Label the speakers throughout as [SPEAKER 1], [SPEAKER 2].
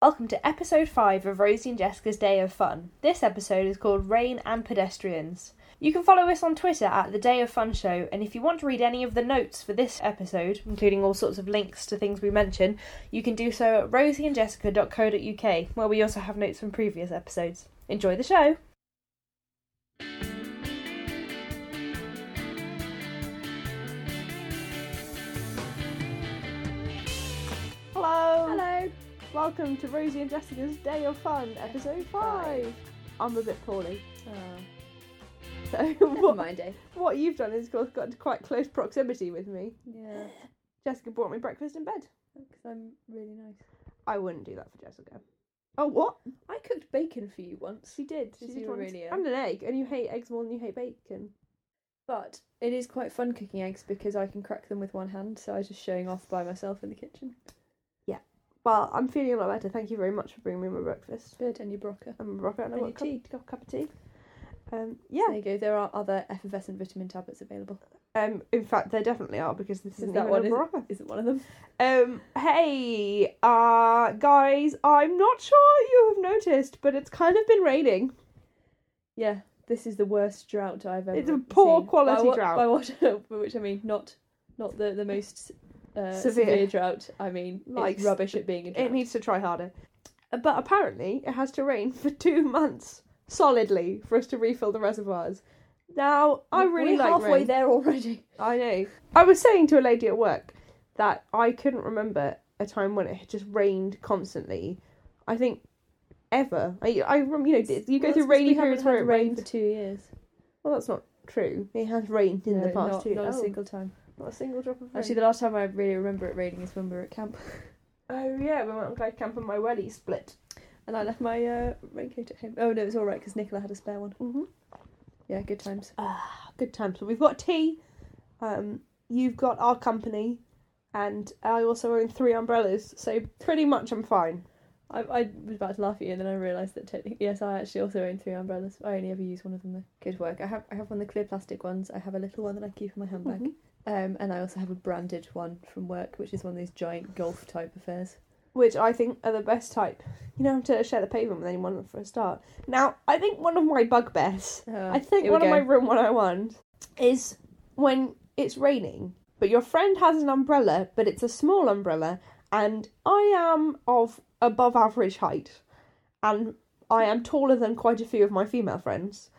[SPEAKER 1] Welcome to episode 5 of Rosie and Jessica's Day of Fun. This episode is called Rain and Pedestrians. You can follow us on Twitter at The Day of Fun Show, and if you want to read any of the notes for this episode, including all sorts of links to things we mention, you can do so at rosieandjessica.co.uk, where we also have notes from previous episodes. Enjoy the show! Hello!
[SPEAKER 2] Hello.
[SPEAKER 1] Welcome to Rosie and Jessica's Day of Fun, episode
[SPEAKER 2] Five.
[SPEAKER 1] 5. I'm a bit poorly.
[SPEAKER 2] Oh,
[SPEAKER 1] So
[SPEAKER 2] never
[SPEAKER 1] what,
[SPEAKER 2] mind, eh?
[SPEAKER 1] what you've done is, of course, got into quite close proximity with me.
[SPEAKER 2] Yeah,
[SPEAKER 1] Jessica brought me breakfast in bed.
[SPEAKER 2] because I'm really nice.
[SPEAKER 1] I wouldn't do that for Jessica. Oh, what?
[SPEAKER 2] I cooked bacon for you once,
[SPEAKER 1] She did. She
[SPEAKER 2] Did
[SPEAKER 1] did
[SPEAKER 2] you
[SPEAKER 1] once.
[SPEAKER 2] really?
[SPEAKER 1] And an egg, and you hate eggs more than you hate bacon.
[SPEAKER 2] but it is quite fun cooking eggs because I can crack them with one hand, so I was just showing off by myself in the kitchen.
[SPEAKER 1] Well, I'm feeling a lot better. Thank you very much for bringing me my breakfast.
[SPEAKER 2] Good, and your brocca.
[SPEAKER 1] I'm a rocket and I've got a
[SPEAKER 2] And
[SPEAKER 1] cup,
[SPEAKER 2] your
[SPEAKER 1] got a cup of tea. Um, yeah.
[SPEAKER 2] There you go, there are other effervescent vitamin tablets available.
[SPEAKER 1] Um, in fact, there definitely are because this
[SPEAKER 2] Is
[SPEAKER 1] isn't
[SPEAKER 2] that
[SPEAKER 1] even
[SPEAKER 2] one,
[SPEAKER 1] a
[SPEAKER 2] is it?
[SPEAKER 1] rocket.
[SPEAKER 2] Is it one of them?
[SPEAKER 1] Um, hey, uh, guys, I'm not sure you have noticed, but it's kind of been raining.
[SPEAKER 2] Yeah, this is the worst drought I've ever
[SPEAKER 1] It's a poor
[SPEAKER 2] seen.
[SPEAKER 1] quality
[SPEAKER 2] by what,
[SPEAKER 1] drought.
[SPEAKER 2] By, what, by which I mean, not not the, the most uh,
[SPEAKER 1] Severe.
[SPEAKER 2] severe. drought, I mean,
[SPEAKER 1] Like,
[SPEAKER 2] it's rubbish at being a drought.
[SPEAKER 1] It needs to try harder. But apparently, it has to rain for two months solidly for us to refill the reservoirs. Now, I really
[SPEAKER 2] We're
[SPEAKER 1] like
[SPEAKER 2] halfway
[SPEAKER 1] rain.
[SPEAKER 2] there already.
[SPEAKER 1] I know. I was saying to a lady at work that I couldn't remember a time when it had just rained constantly. I think ever. I, I rem- you know, you go
[SPEAKER 2] Well,
[SPEAKER 1] through
[SPEAKER 2] it's 'cause
[SPEAKER 1] rainy
[SPEAKER 2] we haven't
[SPEAKER 1] periods
[SPEAKER 2] had
[SPEAKER 1] where it
[SPEAKER 2] rain
[SPEAKER 1] rains.
[SPEAKER 2] for two years.
[SPEAKER 1] Well, that's not true. It has rained in the
[SPEAKER 2] No,
[SPEAKER 1] past
[SPEAKER 2] not,
[SPEAKER 1] two.
[SPEAKER 2] Not a
[SPEAKER 1] oh,
[SPEAKER 2] single time.
[SPEAKER 1] not a single drop of rain.
[SPEAKER 2] Actually, the last time I really remember it raining is when we were at camp,
[SPEAKER 1] oh yeah, we went on Clyde Camp and my welly split.
[SPEAKER 2] and I left my uh, raincoat at home. Oh no, it was all right because Nicola had a spare one.
[SPEAKER 1] Mm-hmm. Oh,
[SPEAKER 2] Yeah, good times.
[SPEAKER 1] good time. So we've got tea. Um, you've got our company, and I also own three umbrellas. So pretty much I'm fine.
[SPEAKER 2] I, I was about to laugh at you, and then I realised that technically, yes, I actually also own three umbrellas. I only ever use one of them though. Good work. I have I have one of the clear plastic ones. I have a little one that I keep in my handbag,
[SPEAKER 1] Mhm.
[SPEAKER 2] um, and I also have a branded one from work, which is one of these giant golf type affairs.
[SPEAKER 1] Which I think are the best type. You don't have to share the pavement with anyone for a start. Now, I think one of my bugbears,
[SPEAKER 2] Uh,
[SPEAKER 1] I think
[SPEAKER 2] here we
[SPEAKER 1] one of
[SPEAKER 2] go.
[SPEAKER 1] my room 101s, is when it's raining, but your friend has an umbrella, but it's a small umbrella, and I am of above average height, and I am taller than quite a few of my female friends.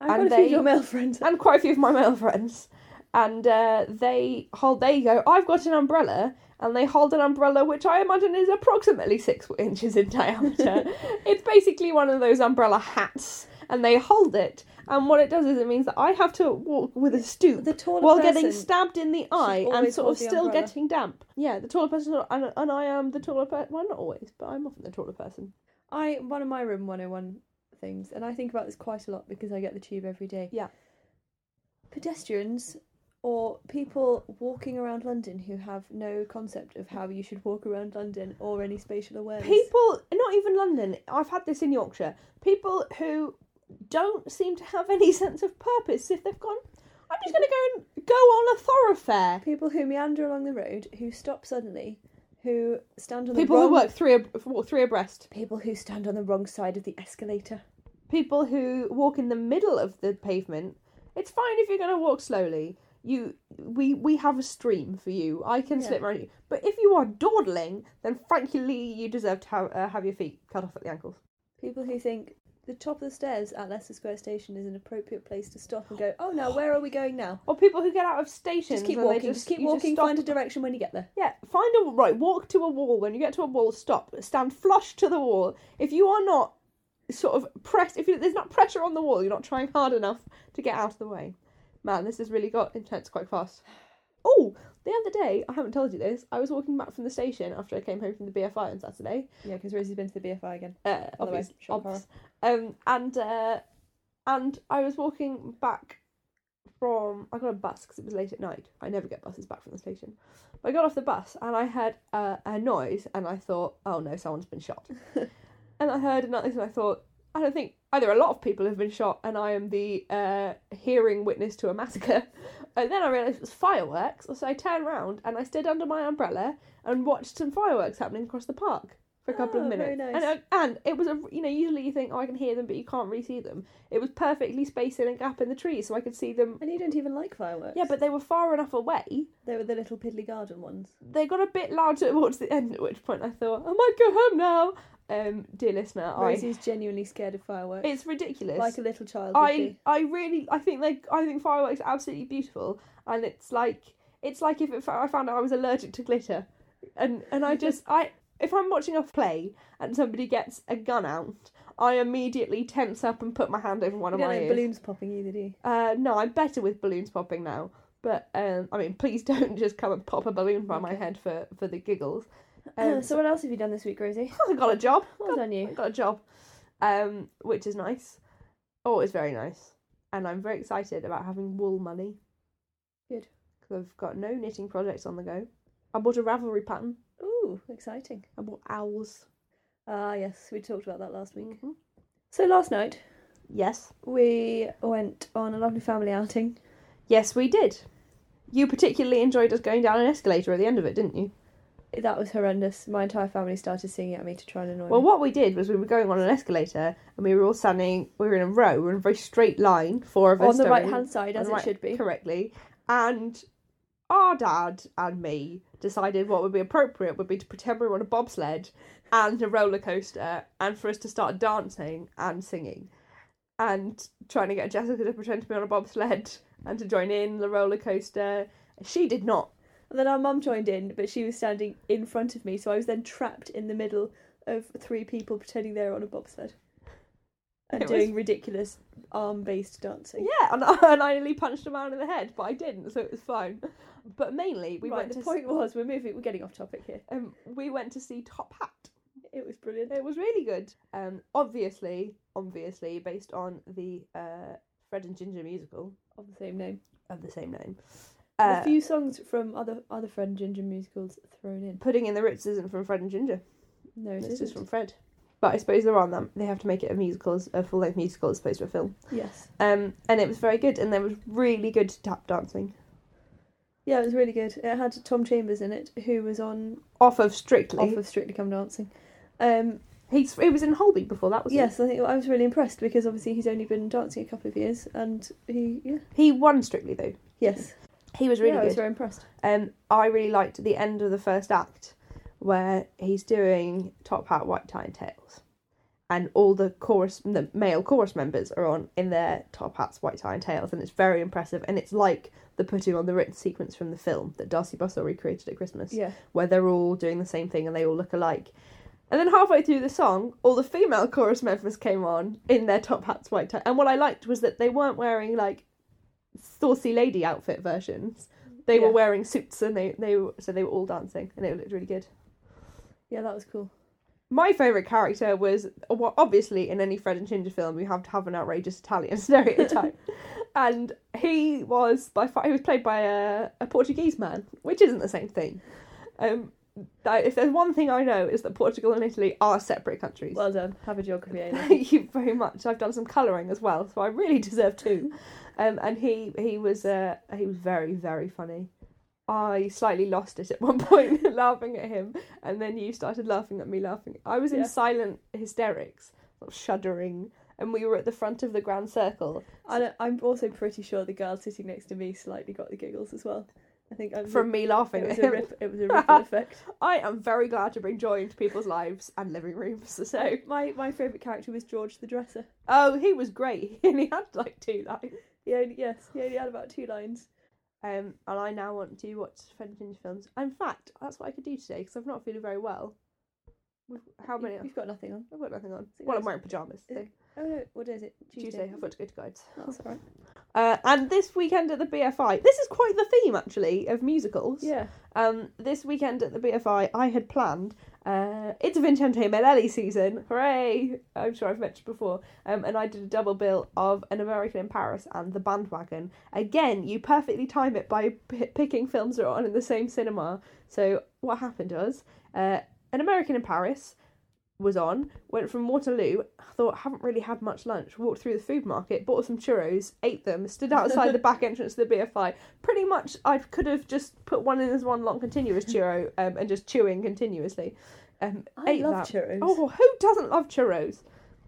[SPEAKER 2] I've got
[SPEAKER 1] and
[SPEAKER 2] a few
[SPEAKER 1] they-
[SPEAKER 2] your male friends.
[SPEAKER 1] and quite a few of my male friends. And uh, they hold, they go, I've got an umbrella. And they hold an umbrella, which I imagine is approximately six inches in diameter. it's basically one of those umbrella hats. And they hold it. And what it does is it means that I have to walk with a stoop
[SPEAKER 2] The taller
[SPEAKER 1] while
[SPEAKER 2] person.
[SPEAKER 1] getting stabbed in the eye and
[SPEAKER 2] always
[SPEAKER 1] sort
[SPEAKER 2] hold
[SPEAKER 1] of
[SPEAKER 2] the
[SPEAKER 1] still
[SPEAKER 2] umbrella.
[SPEAKER 1] getting damp. Yeah, the taller person, and, and I am the taller person. Well, not always, but I'm often the taller person.
[SPEAKER 2] I one of my room 101 things, and I think about this quite a lot because I get the tube every day.
[SPEAKER 1] Yeah.
[SPEAKER 2] Pedestrians or people walking around London who have no concept of how you should walk around London or any spatial awareness.
[SPEAKER 1] People, not even London, I've had this in Yorkshire. People who don't seem to have any sense of purpose if they've gone, I'm just going to go and go on a thoroughfare.
[SPEAKER 2] People who meander along the road, who stop suddenly, who stand on
[SPEAKER 1] People
[SPEAKER 2] the
[SPEAKER 1] who
[SPEAKER 2] wrong
[SPEAKER 1] work three ab- walk three abreast.
[SPEAKER 2] people who stand on the wrong side of the escalator.
[SPEAKER 1] People who walk in the middle of the pavement. It's fine if you're going to walk slowly. You, we, we have a stream for you. I can
[SPEAKER 2] Yeah.
[SPEAKER 1] slip around you. But if you are dawdling, then frankly, you deserve to have, uh, have your feet cut off at the ankles.
[SPEAKER 2] People who think the top of the stairs at Leicester Square station is an appropriate place to stop and go, "Oh, now where are we going now?"
[SPEAKER 1] Or people who get out of stations.
[SPEAKER 2] Just keep
[SPEAKER 1] and they
[SPEAKER 2] walking, just, keep
[SPEAKER 1] you
[SPEAKER 2] walking,
[SPEAKER 1] stop
[SPEAKER 2] find a direction when you get there.
[SPEAKER 1] Yeah, find a right. Walk to a wall. When you get to a wall, stop. Stand flush to the wall. If you are not sort of pressed, if you, there's not pressure on the wall, you're not trying hard enough to get out of the way. Man, this has really got intense quite fast. Oh, the other day, I haven't told you this. I was walking back from the station after I came home from the BFI on Saturday.
[SPEAKER 2] Yeah, because Rosie's been to the BFI again.
[SPEAKER 1] Uh,
[SPEAKER 2] Otherwise,
[SPEAKER 1] obvious-
[SPEAKER 2] shock
[SPEAKER 1] obs- Um, and uh, and I was walking back from I got a bus because it was late at night. I never get buses back from the station. But I got off the bus and I heard uh, a noise and I thought, oh no, someone's been shot. and I heard another and I thought, I don't think either a lot of people have been shot and I am the uh, hearing witness to a massacre. And then I realised it was fireworks, so I turned round and I stood under my umbrella and watched some fireworks happening across the park. for a couple
[SPEAKER 2] Oh,
[SPEAKER 1] of minutes.
[SPEAKER 2] very nice.
[SPEAKER 1] And uh, and it was a you know usually you think oh I can hear them but you can't really see them. It was perfectly spaced in a gap in the tree so I could see them.
[SPEAKER 2] And you don't even like fireworks.
[SPEAKER 1] Yeah, but they were far enough away.
[SPEAKER 2] they were the little piddly garden ones.
[SPEAKER 1] They got a bit loud towards the end, at which point I thought "Oh I might go home now. Um, dear listener, I
[SPEAKER 2] Rosie's genuinely scared of fireworks,
[SPEAKER 1] it's ridiculous.
[SPEAKER 2] like a little child. would
[SPEAKER 1] I
[SPEAKER 2] be.
[SPEAKER 1] I really I think like I think fireworks are absolutely beautiful, and it's like it's like if it, I found out I was allergic to glitter, and and I just I if I'm watching a play and somebody gets a gun out, I immediately tense up and put my hand over one
[SPEAKER 2] You
[SPEAKER 1] of
[SPEAKER 2] don't
[SPEAKER 1] my
[SPEAKER 2] like
[SPEAKER 1] ears.
[SPEAKER 2] balloons popping either, do you?
[SPEAKER 1] Uh, no, I'm better with balloons popping now. But um, I mean, please don't just come and pop a balloon by my
[SPEAKER 2] Okay. Uh,
[SPEAKER 1] head for for the giggles. Um,
[SPEAKER 2] so Oh, what else have you done this week, Rosie?
[SPEAKER 1] I got a job.
[SPEAKER 2] Well done
[SPEAKER 1] I
[SPEAKER 2] you.
[SPEAKER 1] got a job, um, which is nice. Oh, it's very nice, and I'm very excited about having wool money.
[SPEAKER 2] Good.
[SPEAKER 1] because I've got no knitting projects on the go. I bought a Ravelry pattern.
[SPEAKER 2] Ooh, exciting.
[SPEAKER 1] I bought owls.
[SPEAKER 2] Ah, yes, we talked about that last week.
[SPEAKER 1] Mhm.
[SPEAKER 2] So last night
[SPEAKER 1] Yes,
[SPEAKER 2] we went on a lovely family outing.
[SPEAKER 1] yes, we did. You particularly enjoyed us going down an escalator at the end of it, didn't you?
[SPEAKER 2] That was horrendous. My entire family started singing at me to try and annoy
[SPEAKER 1] Well,
[SPEAKER 2] me.
[SPEAKER 1] what we did was we were going on an escalator and we were all standing, we were in a row, we were in a very straight line, four of us
[SPEAKER 2] on the
[SPEAKER 1] going
[SPEAKER 2] right hand side,
[SPEAKER 1] on
[SPEAKER 2] as
[SPEAKER 1] the
[SPEAKER 2] it
[SPEAKER 1] right-
[SPEAKER 2] should be.
[SPEAKER 1] correctly. And our dad and me decided what would be appropriate would be to pretend we were on a bobsled and a roller coaster and for us to start dancing and singing and trying to get Jessica to pretend to be on a bobsled and to join in the roller coaster. She did not.
[SPEAKER 2] And then our mum joined in, but she was standing in front of me, so I was then trapped in the middle of three people pretending they were on a bobsled and
[SPEAKER 1] It was-
[SPEAKER 2] doing ridiculous arm based dancing.
[SPEAKER 1] Yeah, and I, and I nearly punched a man in the head, but I didn't, so it was fine. But mainly, we
[SPEAKER 2] right,
[SPEAKER 1] went
[SPEAKER 2] the
[SPEAKER 1] to s-
[SPEAKER 2] point was we're moving, we're getting off topic here.
[SPEAKER 1] um, we went to see Top Hat.
[SPEAKER 2] It was brilliant.
[SPEAKER 1] It was really good. Um, obviously, obviously based on the uh, Fred and Ginger musical
[SPEAKER 2] Of the same name.
[SPEAKER 1] of the same name.
[SPEAKER 2] A
[SPEAKER 1] Uh,
[SPEAKER 2] few songs from other other Fred and Ginger musicals thrown in.
[SPEAKER 1] Pudding in the Ritz isn't from Fred and Ginger.
[SPEAKER 2] No, it
[SPEAKER 1] It's
[SPEAKER 2] isn't.
[SPEAKER 1] just from Fred. But I suppose they're on them. They have to make it a musical, as- a full length musical as opposed to a film.
[SPEAKER 2] Yes.
[SPEAKER 1] Um, and it was very good, and there was really good tap dancing
[SPEAKER 2] Yeah, it was really good. It had Tom Chambers in it, who was on
[SPEAKER 1] off of Strictly.
[SPEAKER 2] off of Strictly Come Dancing. Um,
[SPEAKER 1] He's he was in Holby before that was he?
[SPEAKER 2] yes, I think I was really impressed because obviously he's only been dancing a couple of years, and he yeah
[SPEAKER 1] He won Strictly though.
[SPEAKER 2] yes
[SPEAKER 1] He was really
[SPEAKER 2] yeah, I
[SPEAKER 1] good.
[SPEAKER 2] was very impressed.
[SPEAKER 1] Um, I really liked the end of the first act where he's doing top hat, white tie, and tails, and all the chorus, the male chorus members are on in their top hats, white tie, and tails, and it's very impressive. And it's like the putting on the written sequence from the film that Darcy Bustle recreated at Christmas,
[SPEAKER 2] Yeah,
[SPEAKER 1] where they're all doing the same thing and they all look alike. And then halfway through the song, all the female chorus members came on in their top hats, white tie, and what I liked was that they weren't wearing like saucy lady outfit versions. They
[SPEAKER 2] Yeah.
[SPEAKER 1] were wearing suits and they they were- so they were all dancing and it looked really good.
[SPEAKER 2] yeah, that was cool.
[SPEAKER 1] My favourite character was well, obviously in any Fred and Ginger film you have to have an outrageous Italian stereotype, and he was by far he was played by a, a Portuguese man, which isn't the same thing. Um, that- if there's one thing I know is that Portugal and Italy are separate countries.
[SPEAKER 2] Well done. Have a geography A. then.
[SPEAKER 1] Thank you very much. I've done some colouring as well, so I really deserve two. Um, and he he was uh, he was very very funny. I slightly lost it at one point, laughing at him, and then you started laughing at me, laughing. I was in
[SPEAKER 2] Yeah.
[SPEAKER 1] silent hysterics, sort of shuddering, and we were at the front of the grand circle
[SPEAKER 2] I don't, I'm also pretty sure the girl sitting next to me slightly got the giggles as well. I think I'm
[SPEAKER 1] from me laughing
[SPEAKER 2] it
[SPEAKER 1] at
[SPEAKER 2] was a
[SPEAKER 1] him.
[SPEAKER 2] rip, it was a ripple effect.
[SPEAKER 1] I am very glad to bring joy into people's lives and living rooms. So,
[SPEAKER 2] My my favourite character was George the dresser.
[SPEAKER 1] oh, he was great, and he had like two lines.
[SPEAKER 2] He only yes, he only had about two lines.
[SPEAKER 1] Um, and I now want to watch Fred and Ginger films. In fact, that's what I could do today because I'm not feeling very well. We've, how many?
[SPEAKER 2] You've got nothing on.
[SPEAKER 1] I've got nothing on.
[SPEAKER 2] it
[SPEAKER 1] Well, I'm
[SPEAKER 2] goes-
[SPEAKER 1] wearing pajamas.
[SPEAKER 2] is
[SPEAKER 1] so-
[SPEAKER 2] it Oh no, what day is it?
[SPEAKER 1] Tuesday. I've got to go to guides.
[SPEAKER 2] That's alright.
[SPEAKER 1] Uh, and this weekend at the BFI, this is quite the theme actually of musicals.
[SPEAKER 2] Yeah.
[SPEAKER 1] Um, this weekend at the BFI, I had planned. Uh, it's a Vincente Melelli E season, hooray! I'm sure I've mentioned before. Um, and I did a double bill of An American in Paris and The Bandwagon. Again, you perfectly time it by p- picking films that are on in the same cinema. So what happened was, uh, An American in Paris was on. Went from Waterloo. Thought haven't really had much lunch. Walked through the food market, bought some churros, ate them. Stood outside the back entrance to the BFI. Pretty much, I could have just put one in as one long continuous churro um, and just chewing continuously. um,
[SPEAKER 2] I
[SPEAKER 1] ate
[SPEAKER 2] love
[SPEAKER 1] that.
[SPEAKER 2] churros.
[SPEAKER 1] Oh, who doesn't love churros?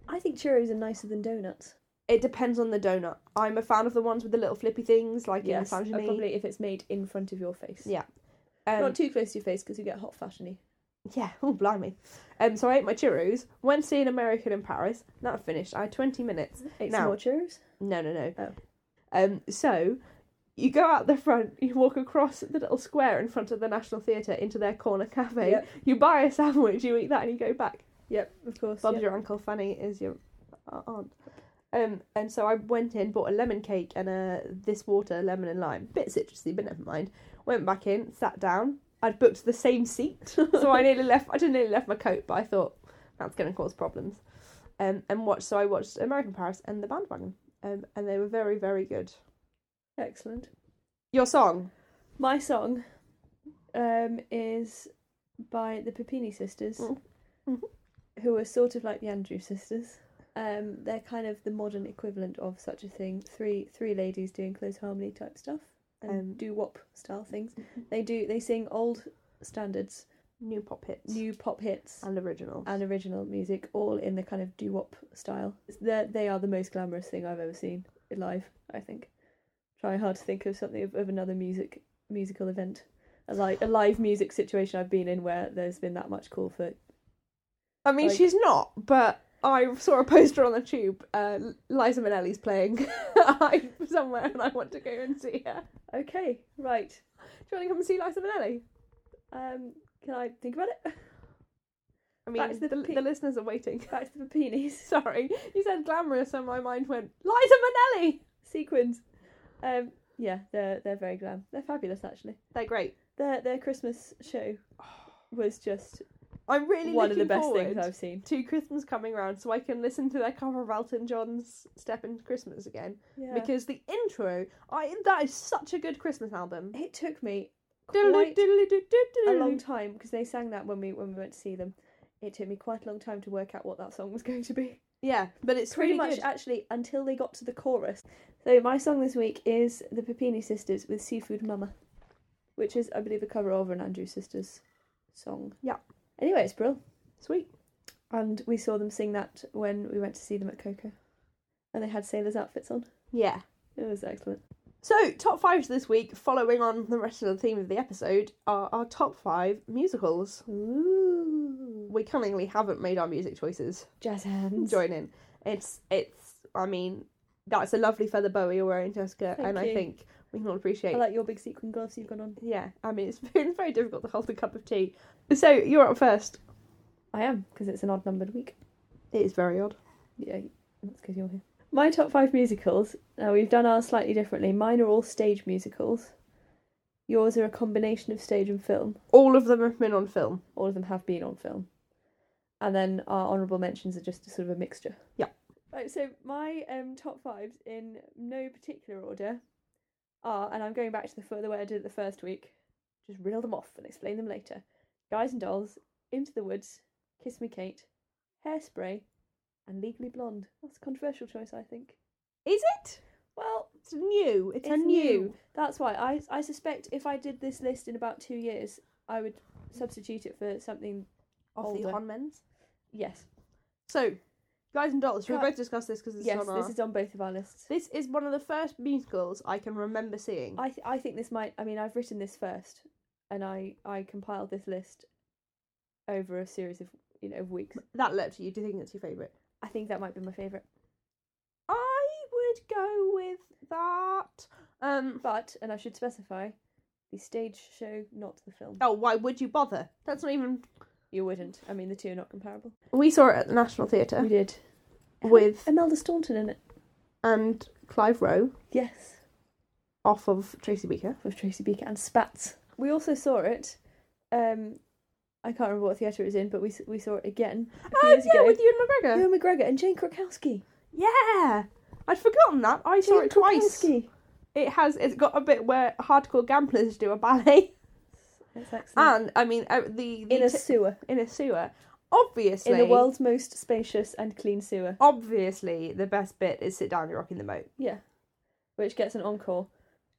[SPEAKER 2] I think churros are nicer than donuts.
[SPEAKER 1] It depends on the donut. I'm a fan of the ones with the little flippy things, like
[SPEAKER 2] Yes,
[SPEAKER 1] in
[SPEAKER 2] uh,
[SPEAKER 1] Misogyny.
[SPEAKER 2] probably if it's made in front of your face.
[SPEAKER 1] Yeah. Um,
[SPEAKER 2] Not too close to your face because you get hot fashiony.
[SPEAKER 1] Yeah, oh blimey. Um, so I ate my churros, went to see an American in Paris. That finished. I had twenty minutes.
[SPEAKER 2] Ate
[SPEAKER 1] Now-
[SPEAKER 2] some more churros.
[SPEAKER 1] No, no, no.
[SPEAKER 2] Oh.
[SPEAKER 1] Um, so you go out the front, you walk across the little square in front of the National Theatre into their corner cafe.
[SPEAKER 2] Yep.
[SPEAKER 1] You buy a sandwich, you eat that, and you go back.
[SPEAKER 2] Yep, of course.
[SPEAKER 1] Bob's
[SPEAKER 2] yep.
[SPEAKER 1] your uncle, Fanny is your a- aunt. Um, and so I went in, bought a lemon cake and a this water, lemon and lime, bit citrusy, but never mind. Went back in, sat down. I'd booked the same seat, so I nearly left. I didn't nearly left my coat, but I thought that's going to cause problems. Um, and watched. So I watched American Paris and the Bandwagon, um, and they were very, very good.
[SPEAKER 2] Excellent.
[SPEAKER 1] Your song,
[SPEAKER 2] My song um, is by the Papini sisters,
[SPEAKER 1] Mm. Mhm.
[SPEAKER 2] who are sort of like the Andrew sisters. Um, they're kind of the modern equivalent of such a thing. Three three ladies doing close harmony type stuff and
[SPEAKER 1] Um,
[SPEAKER 2] do wop style things. They do they sing old standards,
[SPEAKER 1] new pop hits
[SPEAKER 2] new pop hits,
[SPEAKER 1] and original.
[SPEAKER 2] and original music, all in the kind of doo wop style. They're, they are the most glamorous thing I've ever seen live. I think. Trying hard to think of something of, of another music musical event, a like a live music situation I've been in where there's been that much call for.
[SPEAKER 1] I mean,
[SPEAKER 2] Like-
[SPEAKER 1] she's not, but I saw a poster on the tube. Uh, Liza Minnelli's playing somewhere, and I want to go and see her.
[SPEAKER 2] Okay, right.
[SPEAKER 1] Do you want to come and see Liza Minnelli?
[SPEAKER 2] Um, can I think about it?
[SPEAKER 1] I mean,
[SPEAKER 2] Back to
[SPEAKER 1] the,
[SPEAKER 2] the
[SPEAKER 1] the,
[SPEAKER 2] pe-
[SPEAKER 1] listeners are waiting.
[SPEAKER 2] Back to the peonies.
[SPEAKER 1] Sorry, you said glamorous, and my mind went Liza Minnelli.
[SPEAKER 2] sequins. Um, yeah, they're they're very glam. They're fabulous actually.
[SPEAKER 1] They're great.
[SPEAKER 2] Their their Christmas show was just
[SPEAKER 1] I'm really
[SPEAKER 2] one of the
[SPEAKER 1] looking
[SPEAKER 2] best
[SPEAKER 1] forward
[SPEAKER 2] things I've seen.
[SPEAKER 1] To Christmas coming round, so I can listen to their cover of Elton John's "Step Into Christmas" again
[SPEAKER 2] Yeah.
[SPEAKER 1] because the intro, I that is such a good Christmas album.
[SPEAKER 2] it took me
[SPEAKER 1] Diddly
[SPEAKER 2] quite
[SPEAKER 1] diddly diddly
[SPEAKER 2] a
[SPEAKER 1] diddly.
[SPEAKER 2] long time because they sang that when we when we went to see them. It took me quite a long time to work out what that song was going to be.
[SPEAKER 1] Yeah, but it's
[SPEAKER 2] Pretty
[SPEAKER 1] really
[SPEAKER 2] much
[SPEAKER 1] good.
[SPEAKER 2] actually until they got to the chorus. So my song this week is the Papini Sisters with Seafood Mama, which is I believe a cover of an Andrew Sisters song.
[SPEAKER 1] Yeah.
[SPEAKER 2] Anyway, it's brill.
[SPEAKER 1] Sweet.
[SPEAKER 2] And we saw them sing that when we went to see them at Coco. And they had sailors' outfits on.
[SPEAKER 1] Yeah.
[SPEAKER 2] It was excellent.
[SPEAKER 1] So, top fives this week, following on the rest of the theme of the episode, are our top five musicals.
[SPEAKER 2] Ooh.
[SPEAKER 1] We cunningly haven't made our music choices.
[SPEAKER 2] Jazz hands.
[SPEAKER 1] Join in. It's, it's, I mean, that's a lovely feather bow you're wearing, Jessica,
[SPEAKER 2] Thank
[SPEAKER 1] and I
[SPEAKER 2] you.
[SPEAKER 1] think we can all appreciate
[SPEAKER 2] I like your big sequin gloves you've got on.
[SPEAKER 1] Yeah, I mean, it's, it's very difficult to hold a cup of tea. So, you're up first.
[SPEAKER 2] I am, because it's an odd numbered week.
[SPEAKER 1] It is very odd.
[SPEAKER 2] Yeah, that's because you're here. My top five musicals. Now we've done ours slightly differently. Mine are all stage musicals. Yours are a combination of stage and film.
[SPEAKER 1] All of them have been on film.
[SPEAKER 2] All of them have been on film. And then our honourable mentions are just sort of a mixture.
[SPEAKER 1] Yeah.
[SPEAKER 2] Right, so my um, top fives in no particular order are, and I'm going back to the, fir- the way I did it the first week, just reel them off and explain them later. Guys and Dolls, Into the Woods, Kiss Me Kate, Hairspray, and Legally Blonde. That's a controversial choice, I think.
[SPEAKER 1] Is it?
[SPEAKER 2] Well,
[SPEAKER 1] It's new. It's,
[SPEAKER 2] it's,
[SPEAKER 1] a
[SPEAKER 2] new.
[SPEAKER 1] new.
[SPEAKER 2] That's why I I suspect if I did this list in about two years, I would substitute it for something.
[SPEAKER 1] Of the
[SPEAKER 2] Older.
[SPEAKER 1] Honmens.
[SPEAKER 2] Yes,
[SPEAKER 1] So, Guys and Dolls, we
[SPEAKER 2] Guy-
[SPEAKER 1] both discussed this because it's
[SPEAKER 2] yes,
[SPEAKER 1] on our...
[SPEAKER 2] this is on both of our lists.
[SPEAKER 1] This is one of the first musicals I can remember seeing.
[SPEAKER 2] I th- I think this might. I mean, I've written this first, and I I compiled this list over a series of you know of weeks.
[SPEAKER 1] That letter, you do you think it's your favourite?
[SPEAKER 2] I think that might be my favorite.
[SPEAKER 1] I would go with that. Um.
[SPEAKER 2] But and I should specify, the stage show, not the film.
[SPEAKER 1] Oh, why would you bother? That's not even.
[SPEAKER 2] You wouldn't. I mean, the two are not comparable.
[SPEAKER 1] We saw it at the National
[SPEAKER 2] We
[SPEAKER 1] Theatre
[SPEAKER 2] did
[SPEAKER 1] with
[SPEAKER 2] Imelda Staunton in it.
[SPEAKER 1] and Clive Rowe
[SPEAKER 2] Yes.
[SPEAKER 1] off of Tracy Beaker.
[SPEAKER 2] with Tracy Beaker and Spats. We also saw it. Um, I can't remember what theatre it was in, but we s- we saw it again a few
[SPEAKER 1] Oh
[SPEAKER 2] years
[SPEAKER 1] yeah,
[SPEAKER 2] ago.
[SPEAKER 1] with Ewan McGregor.
[SPEAKER 2] Ewan McGregor and Jane Krakowski.
[SPEAKER 1] Yeah, I'd forgotten that. I saw
[SPEAKER 2] Jane
[SPEAKER 1] it twice.
[SPEAKER 2] Krakowski.
[SPEAKER 1] It has. It's got a bit where hardcore gamblers do a ballet,
[SPEAKER 2] That's excellent.
[SPEAKER 1] and I mean uh, the, the
[SPEAKER 2] Mm. in a
[SPEAKER 1] t-
[SPEAKER 2] sewer,
[SPEAKER 1] in a sewer. Obviously,
[SPEAKER 2] in the world's most spacious and clean sewer.
[SPEAKER 1] obviously the best bit is sit down you're rocking the boat
[SPEAKER 2] Yeah, which gets an encore.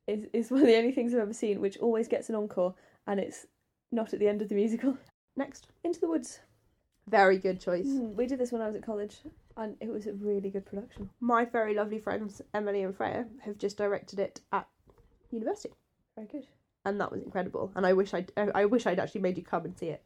[SPEAKER 2] Is is one of the only things I've ever seen which always gets an encore, and it's not at the end of the musical.
[SPEAKER 1] Next.
[SPEAKER 2] Into the Woods.
[SPEAKER 1] Very good choice.
[SPEAKER 2] Mm, we did this when I was at college, and it was a really good production.
[SPEAKER 1] My very lovely friends, Emily and Freya, have just directed it at university.
[SPEAKER 2] Very good.
[SPEAKER 1] and that was incredible. And I wish I'd I I wish I'd actually made you come and see it.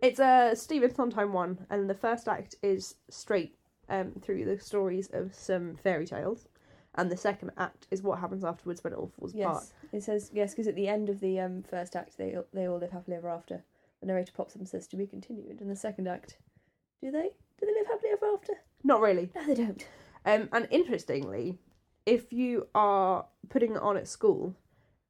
[SPEAKER 1] It's a Stephen Sondheim one, and the first act is straight um, through the stories of some fairy tales, and the second act is what happens afterwards when it all falls apart.
[SPEAKER 2] Yes, it says yes because at the end of the um, first act, they all- they all live happily ever after. The narrator pops up and says, "To be continued." In the second act, do they? Do they live happily ever after?
[SPEAKER 1] Not really.
[SPEAKER 2] No, they don't.
[SPEAKER 1] Um, and interestingly, if you are putting it on at school,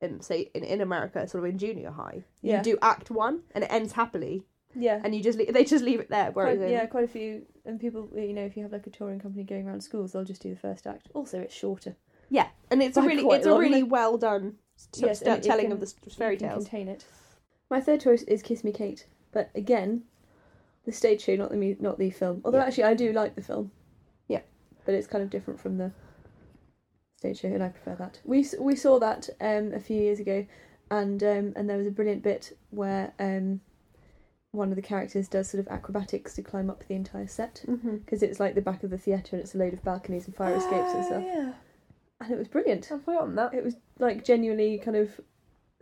[SPEAKER 1] um, say in, in America, sort of in junior high,
[SPEAKER 2] Yeah.
[SPEAKER 1] you do act one and it ends happily,
[SPEAKER 2] Yeah.
[SPEAKER 1] and you just leave, they just leave it there. Whereas
[SPEAKER 2] Quite,
[SPEAKER 1] in,
[SPEAKER 2] yeah, quite a few. And people, you know, if you have like a touring company going around schools, they'll just do the first act. Also, it's shorter.
[SPEAKER 1] yeah, and it's a
[SPEAKER 2] By
[SPEAKER 1] really
[SPEAKER 2] quite
[SPEAKER 1] it's
[SPEAKER 2] a
[SPEAKER 1] a
[SPEAKER 2] lot.
[SPEAKER 1] really well done s-
[SPEAKER 2] Yes,
[SPEAKER 1] st-
[SPEAKER 2] and it
[SPEAKER 1] telling
[SPEAKER 2] can-
[SPEAKER 1] of the s- fairy
[SPEAKER 2] You can
[SPEAKER 1] tales.
[SPEAKER 2] Contain it. My third choice is Kiss Me Kate, but again, the stage show, not the mu- not the film. Although
[SPEAKER 1] Yeah.
[SPEAKER 2] actually, I do like the film.
[SPEAKER 1] Yeah.
[SPEAKER 2] but it's kind of different from the stage show, and I prefer that. We s- we saw that um, a few years ago, and um, and there was a brilliant bit where um, one of the characters does sort of acrobatics to climb up the entire set
[SPEAKER 1] Mm-hmm.
[SPEAKER 2] because it's like the back of the theatre and it's a load of balconies and fire escapes and stuff,
[SPEAKER 1] Yeah,
[SPEAKER 2] and it was brilliant
[SPEAKER 1] I've forgotten that.
[SPEAKER 2] it was like genuinely kind of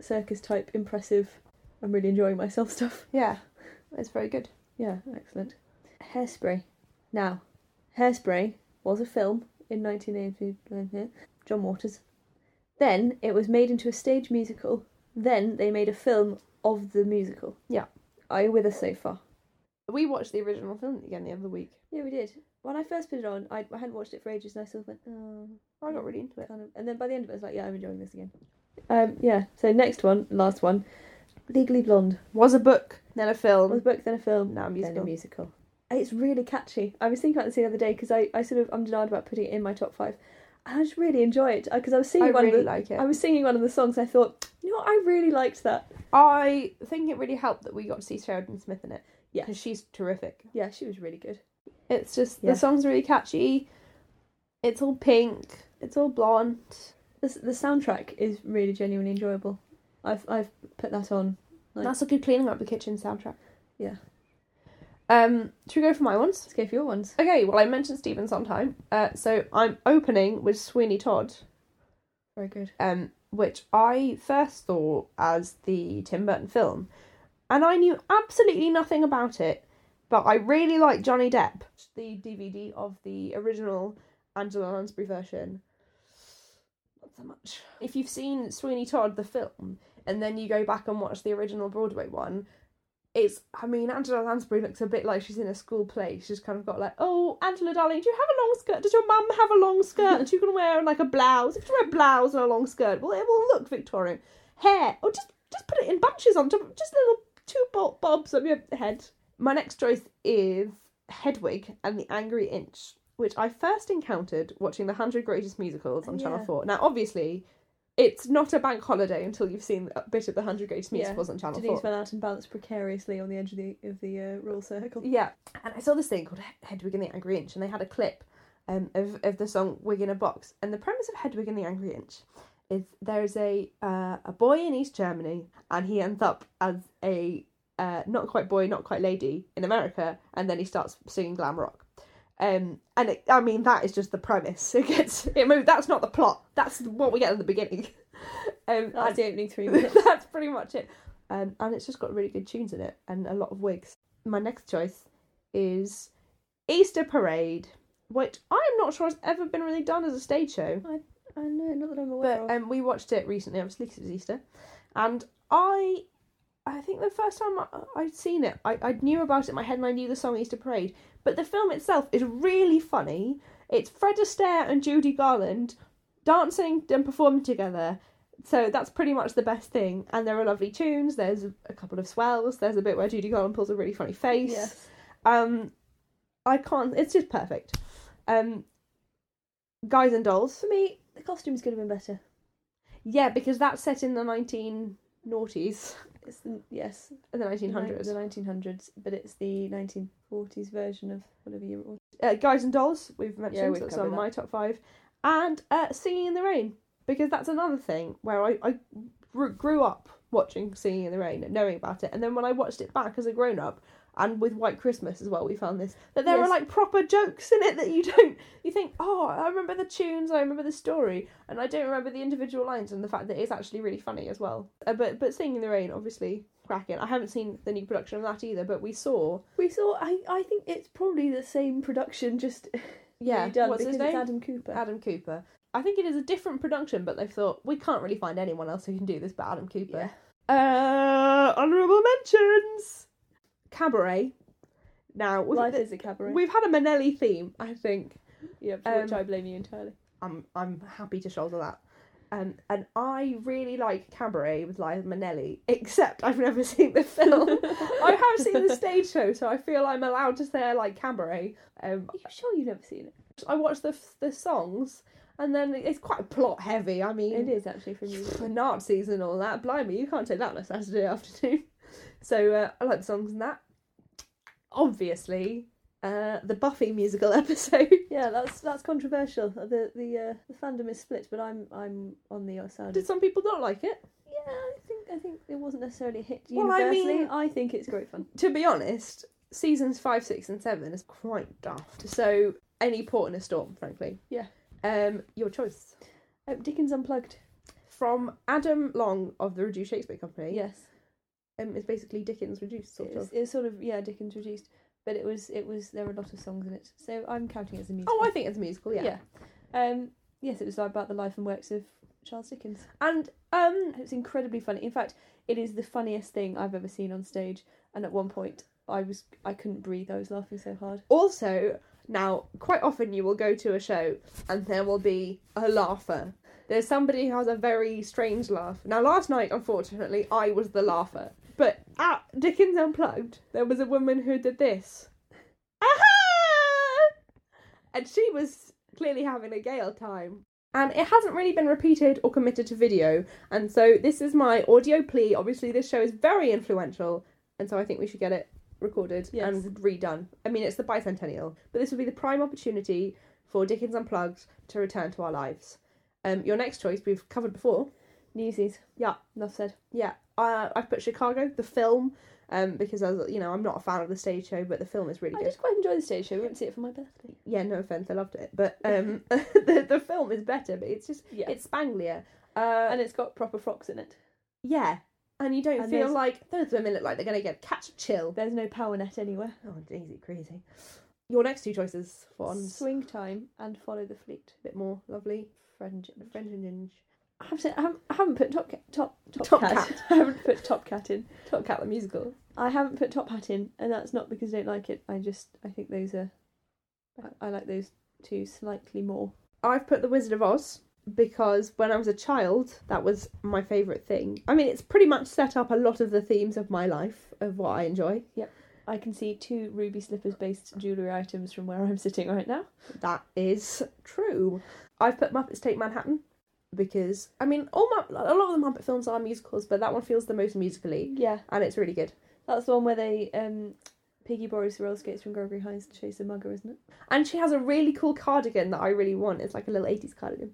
[SPEAKER 2] circus type impressive i'm really enjoying myself stuff
[SPEAKER 1] Yeah, it's very good.
[SPEAKER 2] yeah excellent hairspray now hairspray was a film in 1980 john waters then it was made into a stage musical then they made a film of the musical
[SPEAKER 1] Yeah.
[SPEAKER 2] are you with us so far
[SPEAKER 1] We watched the original film again the other week.
[SPEAKER 2] yeah we did when i first put it on i, I hadn't watched it for ages and i sort of went oh
[SPEAKER 1] I got really into it.
[SPEAKER 2] Kind of, and then by the end of it, I was like, yeah, I'm enjoying this again. Um, yeah. So next one, last one, Legally Blonde.
[SPEAKER 1] Was a book, then a
[SPEAKER 2] Well,
[SPEAKER 1] film,
[SPEAKER 2] the book, then a film,
[SPEAKER 1] now a
[SPEAKER 2] then
[SPEAKER 1] musical.
[SPEAKER 2] a musical. It's really catchy. I was thinking about this the other day because I, I sort of I'm denied about putting it in my top five. And I just really enjoy it because I was
[SPEAKER 1] I
[SPEAKER 2] singing one
[SPEAKER 1] really
[SPEAKER 2] of the
[SPEAKER 1] like it.
[SPEAKER 2] I was singing one of the songs. And I thought, you know, what? I really liked that.
[SPEAKER 1] I think it really helped that we got to see Sheridan Smith in it.
[SPEAKER 2] Yeah.
[SPEAKER 1] because she's terrific.
[SPEAKER 2] Yeah, she was really good.
[SPEAKER 1] It's just
[SPEAKER 2] Yeah.
[SPEAKER 1] the song's really catchy. It's all pink. It's all blonde.
[SPEAKER 2] The s- the soundtrack is really genuinely enjoyable. I've I've put that on. Like-
[SPEAKER 1] That's a good cleaning up the kitchen soundtrack.
[SPEAKER 2] Yeah.
[SPEAKER 1] Um, should we go for my ones?
[SPEAKER 2] Let's go for your ones.
[SPEAKER 1] Okay, well, I mentioned Stephen Sondheim, uh, so I'm opening with Sweeney Todd,
[SPEAKER 2] Very good.
[SPEAKER 1] um, which I first saw as the Tim Burton film, and I knew absolutely nothing about it, but I really like Johnny Depp. The DVD of the original Angela Lansbury version, not so much. If you've seen Sweeney Todd the film, and then you go back and watch the original Broadway one, it's I mean Angela Lansbury looks a bit like she's in a school play. She's kind of got like, oh Angela darling, do you have a long skirt? Does your mum have a long skirt? you can wear like a blouse. If you wear a blouse and a long skirt, well it will look Victorian. Hair, or just just put it in bunches on top, just little two bo- bobs on your head. My next choice is Hedwig and the Angry Inch, which I first encountered watching the Hundred Greatest Musicals on Channel
[SPEAKER 2] Yeah.
[SPEAKER 1] Four. Now obviously. It's not a bank holiday until you've seen a bit of the 100 Greatest
[SPEAKER 2] Yeah.
[SPEAKER 1] Musicals on Channel 4.
[SPEAKER 2] Denise went out and balanced precariously on the edge of the of the uh, royal circle.
[SPEAKER 1] Yeah, and I saw this thing called He- Hedwig and the Angry Inch, and they had a clip um, of of the song "Wig in a Box." And the premise of Hedwig and the Angry Inch is there is a uh, a boy in East Germany, and he ends up as a uh, not quite boy, not quite lady in America, and then he starts singing glam rock. Um, and it, I mean that is just the premise. It gets it moved. That's not the plot. That's what we get at the beginning. Um,
[SPEAKER 2] That's
[SPEAKER 1] and-
[SPEAKER 2] the opening three minutes.
[SPEAKER 1] that's pretty much it. Um, and it's just got really good tunes in it and a lot of wigs. My next choice is Easter Parade, which I am not sure has ever been really done as a stage show.
[SPEAKER 2] I know, not that I'm aware
[SPEAKER 1] But
[SPEAKER 2] of.
[SPEAKER 1] um, we watched it recently, obviously, 'cause it was Easter. And I, I think the first time I, I'd seen it, I, I knew about it in my head and I knew the song Easter Parade. But the film itself is really funny. It's Fred Astaire and Judy Garland dancing and performing together. So that's pretty much the best thing. And there are lovely tunes. There's a couple of swells. There's a bit where Judy Garland pulls a really funny face.
[SPEAKER 2] yes.
[SPEAKER 1] Um, I can't. It's just perfect. Um, guys and dolls.
[SPEAKER 2] For me, the costumes could have been better.
[SPEAKER 1] Yeah, because that's set in the 1990s
[SPEAKER 2] It's the, yes,
[SPEAKER 1] and the
[SPEAKER 2] the
[SPEAKER 1] 1900s.
[SPEAKER 2] ni- the 1900s, but it's the 1940s version of whatever year it was.
[SPEAKER 1] Uh, Guys and Dolls, we've mentioned,
[SPEAKER 2] Yeah, we've
[SPEAKER 1] that's
[SPEAKER 2] covered
[SPEAKER 1] on
[SPEAKER 2] that.
[SPEAKER 1] my top five. And uh, Singing in the Rain, because that's another thing where I, I gr- grew up watching Singing in the Rain and knowing about it. And then when I watched it back as a grown up and with White Christmas as well, we found this that there are
[SPEAKER 2] Yes.
[SPEAKER 1] like proper jokes in it that you don't. You think, oh, I remember the tunes, I remember the story, and I don't remember the individual lines and the fact that it's actually really funny as well. Uh, but but Singing in the Rain, obviously cracking. I haven't seen the new production of that either, but we saw.
[SPEAKER 2] We saw. I I think it's probably the same production, just
[SPEAKER 1] Yeah,
[SPEAKER 2] redone
[SPEAKER 1] what's
[SPEAKER 2] because
[SPEAKER 1] his
[SPEAKER 2] it's
[SPEAKER 1] name?
[SPEAKER 2] Adam Cooper.
[SPEAKER 1] Adam Cooper. I think it is a different production, but they've thought we can't really find anyone else who can do this but Adam Cooper. Uh, honorable mentions: Cabaret. Now we've,
[SPEAKER 2] Life is a cabaret.
[SPEAKER 1] we've had a Manelli theme, I think.
[SPEAKER 2] yeah, for which
[SPEAKER 1] um,
[SPEAKER 2] I blame you entirely.
[SPEAKER 1] I'm I'm happy to shoulder that. Um, and I really like Cabaret with Liza Minnelli, except I've never seen the film. I have seen the stage show, so I feel I'm allowed to say I like Cabaret. Um,
[SPEAKER 2] Are you sure you've never seen it?
[SPEAKER 1] I watched the the songs, and then it's quite plot heavy. I mean,
[SPEAKER 2] It is actually from you.
[SPEAKER 1] for Nazis and all that. Blimey, you can't take that on a Saturday afternoon. So uh, I like the songs and that. Obviously, uh, the Buffy musical episode.
[SPEAKER 2] Yeah, that's that's controversial. The the uh, the fandom is split, but I'm I'm on the other side. of-
[SPEAKER 1] Did some people not like it?
[SPEAKER 2] Yeah, I think I think it wasn't necessarily a hit
[SPEAKER 1] Well, I
[SPEAKER 2] universally.
[SPEAKER 1] mean-
[SPEAKER 2] I think it's great fun.
[SPEAKER 1] To be honest, seasons five, six, and seven is quite daft. So any port in a storm, frankly.
[SPEAKER 2] Yeah.
[SPEAKER 1] Um, your choice
[SPEAKER 2] Oh, Dickens Unplugged.
[SPEAKER 1] from Adam Long of the Reduced Shakespeare Company.
[SPEAKER 2] Yes,
[SPEAKER 1] Um, it's basically Dickens reduced, sort
[SPEAKER 2] it's,
[SPEAKER 1] of.
[SPEAKER 2] it's sort of yeah Dickens reduced, but it was it was there were a lot of songs in it, so I'm counting it as a musical.
[SPEAKER 1] Oh, I think it's a musical. Yeah.
[SPEAKER 2] Um, yes, it was about the life and works of Charles Dickens.
[SPEAKER 1] And um,
[SPEAKER 2] It's incredibly funny. In fact, it is the funniest thing I've ever seen on stage. And at one point, I was I couldn't breathe. I was laughing so hard.
[SPEAKER 1] Also, now quite often you will go to a show and there will be a laugher. There's somebody who has a very strange laugh. Now, last night, unfortunately, I was the laugher. But at Dickens Unplugged, there was a woman who did this. Aha! And she was clearly having a gale time. And it hasn't really been repeated or committed to video. And so this is my audio plea. Obviously, this show is very influential. And so I think we should get it recorded
[SPEAKER 2] Yes.
[SPEAKER 1] and redone. I mean, it's the bicentennial, but this would be the prime opportunity for Dickens Unplugged to return to our lives. Um, your next choice we've covered before.
[SPEAKER 2] Newsies.
[SPEAKER 1] Yeah.
[SPEAKER 2] Enough said.
[SPEAKER 1] Yeah, uh, I've put Chicago, the film, um, because I was, you know, I'm not a fan of the stage show, but the film is really
[SPEAKER 2] I
[SPEAKER 1] good.
[SPEAKER 2] did quite enjoy the stage show. We went to see it for my birthday.
[SPEAKER 1] Yeah, no offense, I loved it, but um, the the film is better, but it's just
[SPEAKER 2] Yeah.
[SPEAKER 1] it's spanglier. Uh,
[SPEAKER 2] and it's got proper frocks in it.
[SPEAKER 1] yeah, and you don't
[SPEAKER 2] And
[SPEAKER 1] feel
[SPEAKER 2] there's-
[SPEAKER 1] like those women look like they're gonna get catch a chill.
[SPEAKER 2] There's no power net anywhere.
[SPEAKER 1] Oh, easy, crazy. Your next two choices for on a
[SPEAKER 2] Swing time and follow the fleet.
[SPEAKER 1] bit more lovely,
[SPEAKER 2] Fringe.
[SPEAKER 1] French and Ginge.
[SPEAKER 2] I haven't, said- I haven't, I haven't put top cat. Top, top,
[SPEAKER 1] Top
[SPEAKER 2] cat.
[SPEAKER 1] Cat.
[SPEAKER 2] I haven't put top cat in.
[SPEAKER 1] Top Cat the musical.
[SPEAKER 2] I haven't put top hat in, and that's not because I don't like it. I just I think those are. I- I like those two slightly more.
[SPEAKER 1] I've put The Wizard of Oz because when I was a child, that was my favourite thing. I mean, it's pretty much set up a lot of the themes of my life, of what I enjoy.
[SPEAKER 2] I can see two ruby slippers based jewellery items from where I'm sitting right now.
[SPEAKER 1] That is true. I've put Muppets Take Manhattan because, I mean, all Mupp- a lot of the Muppet films are musicals, but that one feels the most musically,
[SPEAKER 2] Yeah,
[SPEAKER 1] and it's really good.
[SPEAKER 2] that's the one where they um, Piggy borrows the roller skates from Gregory Hines to chase the mugger, isn't it?
[SPEAKER 1] And she has a really cool cardigan that I really want. It's like a little 80s cardigan.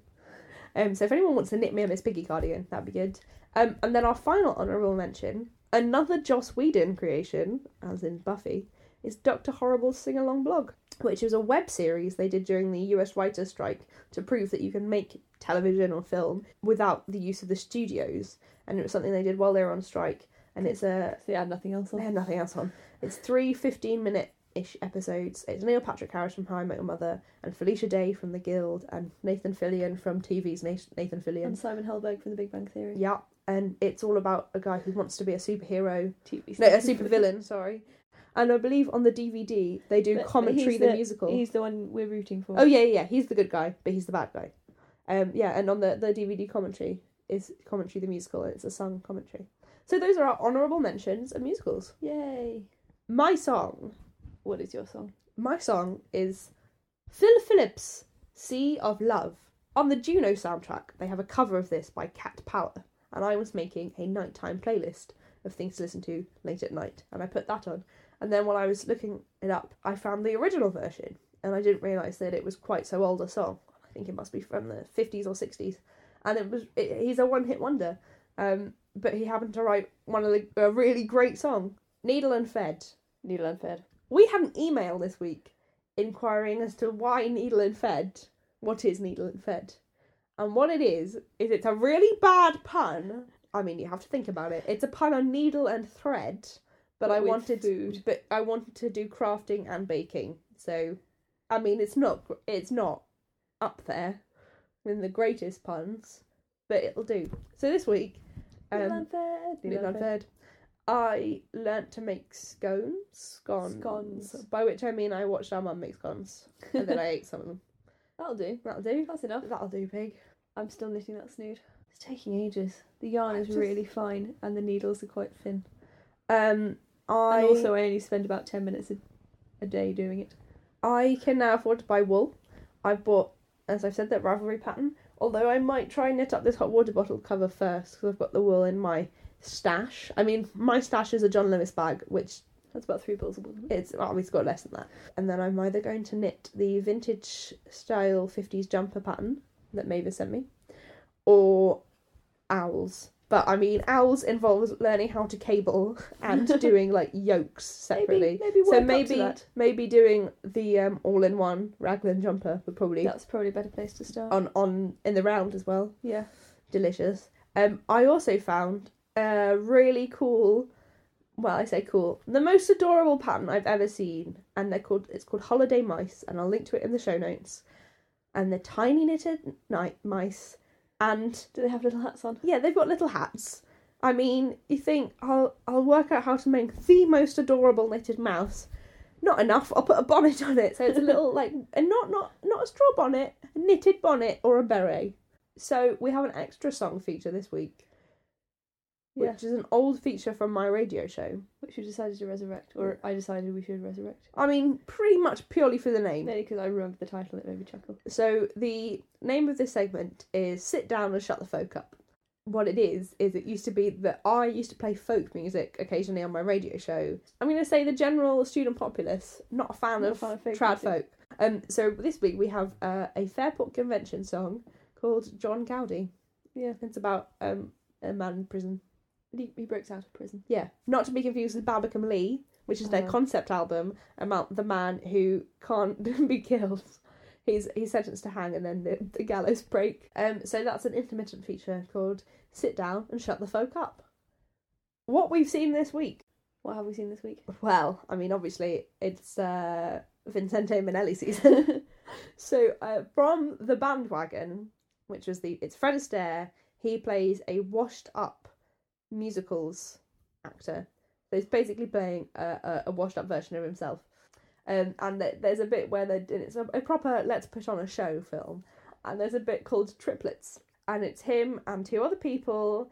[SPEAKER 1] Um, so if anyone wants to knit me a Miss Piggy cardigan, that'd be good. Um, and then our final honourable mention, another Joss Whedon creation, as in Buffy, is Doctor Horrible's Sing Along Blog, which was a web series they did during the US writers' strike to prove that you can make television or film without the use of the studios. And it was something they did while they were on strike. And it's a
[SPEAKER 2] So yeah, nothing else.
[SPEAKER 1] they
[SPEAKER 2] On.
[SPEAKER 1] had nothing else on. It's three 15 minute ish episodes. It's Neil Patrick Harris from How I Met Your Mother, and Felicia Day from The Guild, and Nathan Fillion from TV's Nat- Nathan
[SPEAKER 2] And
[SPEAKER 1] Fillion.
[SPEAKER 2] Simon Helberg from The Big Bang Theory.
[SPEAKER 1] Yeah, and it's all about a guy who wants to be a superhero.
[SPEAKER 2] TV
[SPEAKER 1] No, a supervillain, sorry. And I believe on the DVD they do
[SPEAKER 2] But- but
[SPEAKER 1] commentary
[SPEAKER 2] he's
[SPEAKER 1] the,
[SPEAKER 2] the-
[SPEAKER 1] musical.
[SPEAKER 2] He's the one we're rooting for.
[SPEAKER 1] Oh yeah, yeah, yeah, he's the good guy, but he's the bad guy. Um, yeah, and on the, the DVD commentary is commentary the musical, and it's a sung commentary. So those are our honourable mentions of musicals.
[SPEAKER 2] Yay!
[SPEAKER 1] My song
[SPEAKER 2] What is your song?
[SPEAKER 1] my song is Phil Phillips' Sea of Love. On the Juno soundtrack, they have a cover of this by Cat Power, and I was making a nighttime playlist of things to listen to late at night, and I put that on. And then while I was looking it up, I found the original version, and I didn't realise that it was quite so old a song. I think it must be from the 50s or 60s, and it was it, he's a one hit wonder. Um, but he happened to write one of the a really great song, Needle and Fed.
[SPEAKER 2] Needle and thread.
[SPEAKER 1] We had an email this week inquiring as to why Needle and Fed. What is Needle and Fed? And what it is, is it's a really bad pun. I mean, you have to think about it. It's a pun on needle and thread, but
[SPEAKER 2] But
[SPEAKER 1] I
[SPEAKER 2] with
[SPEAKER 1] wanted
[SPEAKER 2] food.
[SPEAKER 1] but I wanted to do crafting and baking. So, I mean, it's not gr- it's not up there in the greatest puns, but it'll do. So this week,
[SPEAKER 2] Needle
[SPEAKER 1] um,
[SPEAKER 2] and thread.
[SPEAKER 1] Needle and thread. I learnt to make scones. Scones.
[SPEAKER 2] Scones.
[SPEAKER 1] By which I mean I watched our mum make scones. And then I ate some of them.
[SPEAKER 2] That'll do.
[SPEAKER 1] That'll do.
[SPEAKER 2] That's enough.
[SPEAKER 1] That'll do, pig.
[SPEAKER 2] I'm still knitting that snood. It's taking ages. The yarn
[SPEAKER 1] I
[SPEAKER 2] is
[SPEAKER 1] just-
[SPEAKER 2] really fine and the needles are quite thin.
[SPEAKER 1] Um I
[SPEAKER 2] And also, I only spend about 10 minutes a, a day doing it.
[SPEAKER 1] I can now afford to buy wool. I've bought, as I've said, that Ravelry pattern. Although I might try and knit up this hot water bottle cover first because I've got the wool in my stash. I mean, my stash is a John Lewis bag, which
[SPEAKER 2] That's about three balls of wool.
[SPEAKER 1] it's well, it's got less than that. And then I'm either going to knit the vintage style 50s jumper pattern that Mavis sent me, or owls. But I mean, owls involves learning how to cable and doing like yokes separately
[SPEAKER 2] Maybe, maybe work
[SPEAKER 1] so
[SPEAKER 2] up to
[SPEAKER 1] maybe
[SPEAKER 2] that.
[SPEAKER 1] maybe doing the um, all-in-one raglan jumper would probably
[SPEAKER 2] That's probably a better place to start.
[SPEAKER 1] on on in the round as well.
[SPEAKER 2] yeah.
[SPEAKER 1] Delicious. Um, I also found a really cool. Well, I say cool. The most adorable pattern I've ever seen, and they're called. It's called holiday mice, and I'll link to it in the show notes. And they're tiny knitted night mice, and
[SPEAKER 2] Do they have little hats on?
[SPEAKER 1] yeah, they've got little hats. I mean, you think I'll I'll work out how to make the most adorable knitted mouse. Not enough. I'll put a bonnet on it, so it's a little like and not not not a straw bonnet, a knitted bonnet or a beret. So we have an extra song feature this week,
[SPEAKER 2] Yeah.
[SPEAKER 1] which is an old feature from my radio show.
[SPEAKER 2] Which we decided to resurrect, or I decided we should resurrect.
[SPEAKER 1] I mean, pretty much purely for the name.
[SPEAKER 2] Mainly because I remember the title, it made me chuckle.
[SPEAKER 1] So the name of this segment is "Sit Down and Shut the Folk Up." What it is is it used to be that I used to play folk music occasionally on my radio show. I'm going to say the general student populace not a fan
[SPEAKER 2] Not a
[SPEAKER 1] of
[SPEAKER 2] fan of folk
[SPEAKER 1] trad
[SPEAKER 2] music.
[SPEAKER 1] folk. Um, so this week we have uh, a Fairport Convention song called "John Gowdy."
[SPEAKER 2] Yeah.
[SPEAKER 1] It's about um, a man in prison.
[SPEAKER 2] But He, he breaks out of prison.
[SPEAKER 1] Yeah, not to be confused with Babacom Lee, which is their
[SPEAKER 2] Uh-huh.
[SPEAKER 1] concept album about the man who can't be killed. He's he's sentenced to hang and then the, the gallows break. Um, so that's an intermittent feature called "Sit Down and Shut the Folk Up." What we've seen this week?
[SPEAKER 2] What have we seen this week?
[SPEAKER 1] Well, I mean, obviously it's uh, Vincente Minnelli season. so uh, from the bandwagon, which was the it's Fred Astaire. He plays a washed up musicals actor. So he's basically playing a, a, a washed up version of himself. Um, and th- there's a bit where they're, and it's a, a proper let's put on a show film. And there's a bit called Triplets. And it's him and two other people,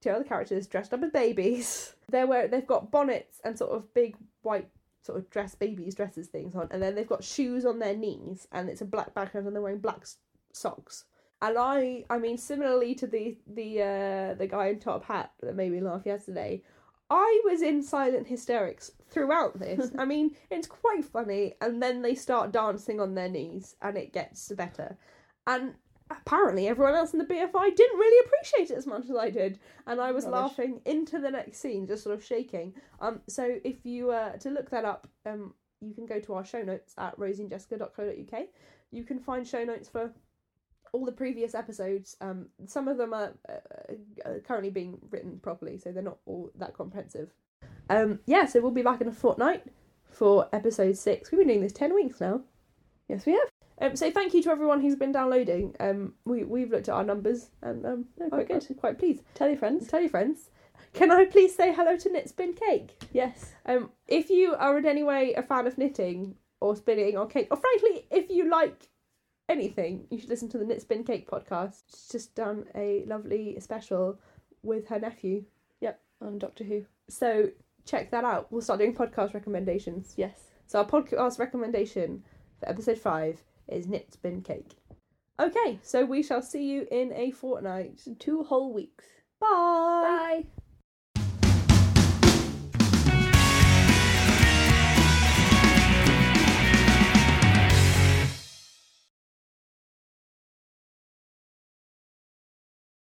[SPEAKER 1] two other characters dressed up as babies. They're wear they've got bonnets and sort of big white sort of dress babies dresses things on. And then they've got shoes on their knees. And it's a black background and they're wearing black s- socks. And I, I mean, similarly to the the uh, the guy in top hat that made me laugh yesterday, I was in silent hysterics throughout this. I mean, it's quite funny, and then they start dancing on their knees, and it gets better. And apparently, everyone else in the BFI didn't really appreciate it as much as I did, and I was
[SPEAKER 2] Rubbish.
[SPEAKER 1] laughing into the next scene, just sort of shaking. Um, so if you uh, to look that up, um, you can go to our show notes at rosieandjessica.co.uk. You can find show notes for all the previous episodes. Um, some of them are uh, uh, currently being written properly, so they're not all that comprehensive. Um, yeah, so we'll be back in a fortnight for episode six. We've been doing this ten weeks now.
[SPEAKER 2] Yes, we have.
[SPEAKER 1] Um, so thank you to everyone who's been downloading. Um, we we've looked at our numbers and um,
[SPEAKER 2] No,
[SPEAKER 1] I'm,
[SPEAKER 2] quite good.
[SPEAKER 1] I'm quite pleased.
[SPEAKER 2] Tell your friends.
[SPEAKER 1] Tell your friends. Can I please say hello to Knit Spin Cake?
[SPEAKER 2] Yes.
[SPEAKER 1] Um, if you are in any way a fan of knitting or spinning or cake, or frankly, if you like anything, you should listen to the Knit Spin Cake podcast. She's just done a lovely special with her nephew,
[SPEAKER 2] On Doctor Who.
[SPEAKER 1] so check that out. We'll start doing podcast recommendations.
[SPEAKER 2] Yes.
[SPEAKER 1] So our podcast recommendation for episode five is Knit Spin Cake. Okay, so we shall see you in a fortnight.
[SPEAKER 2] Two whole weeks.
[SPEAKER 1] Bye.
[SPEAKER 2] Bye.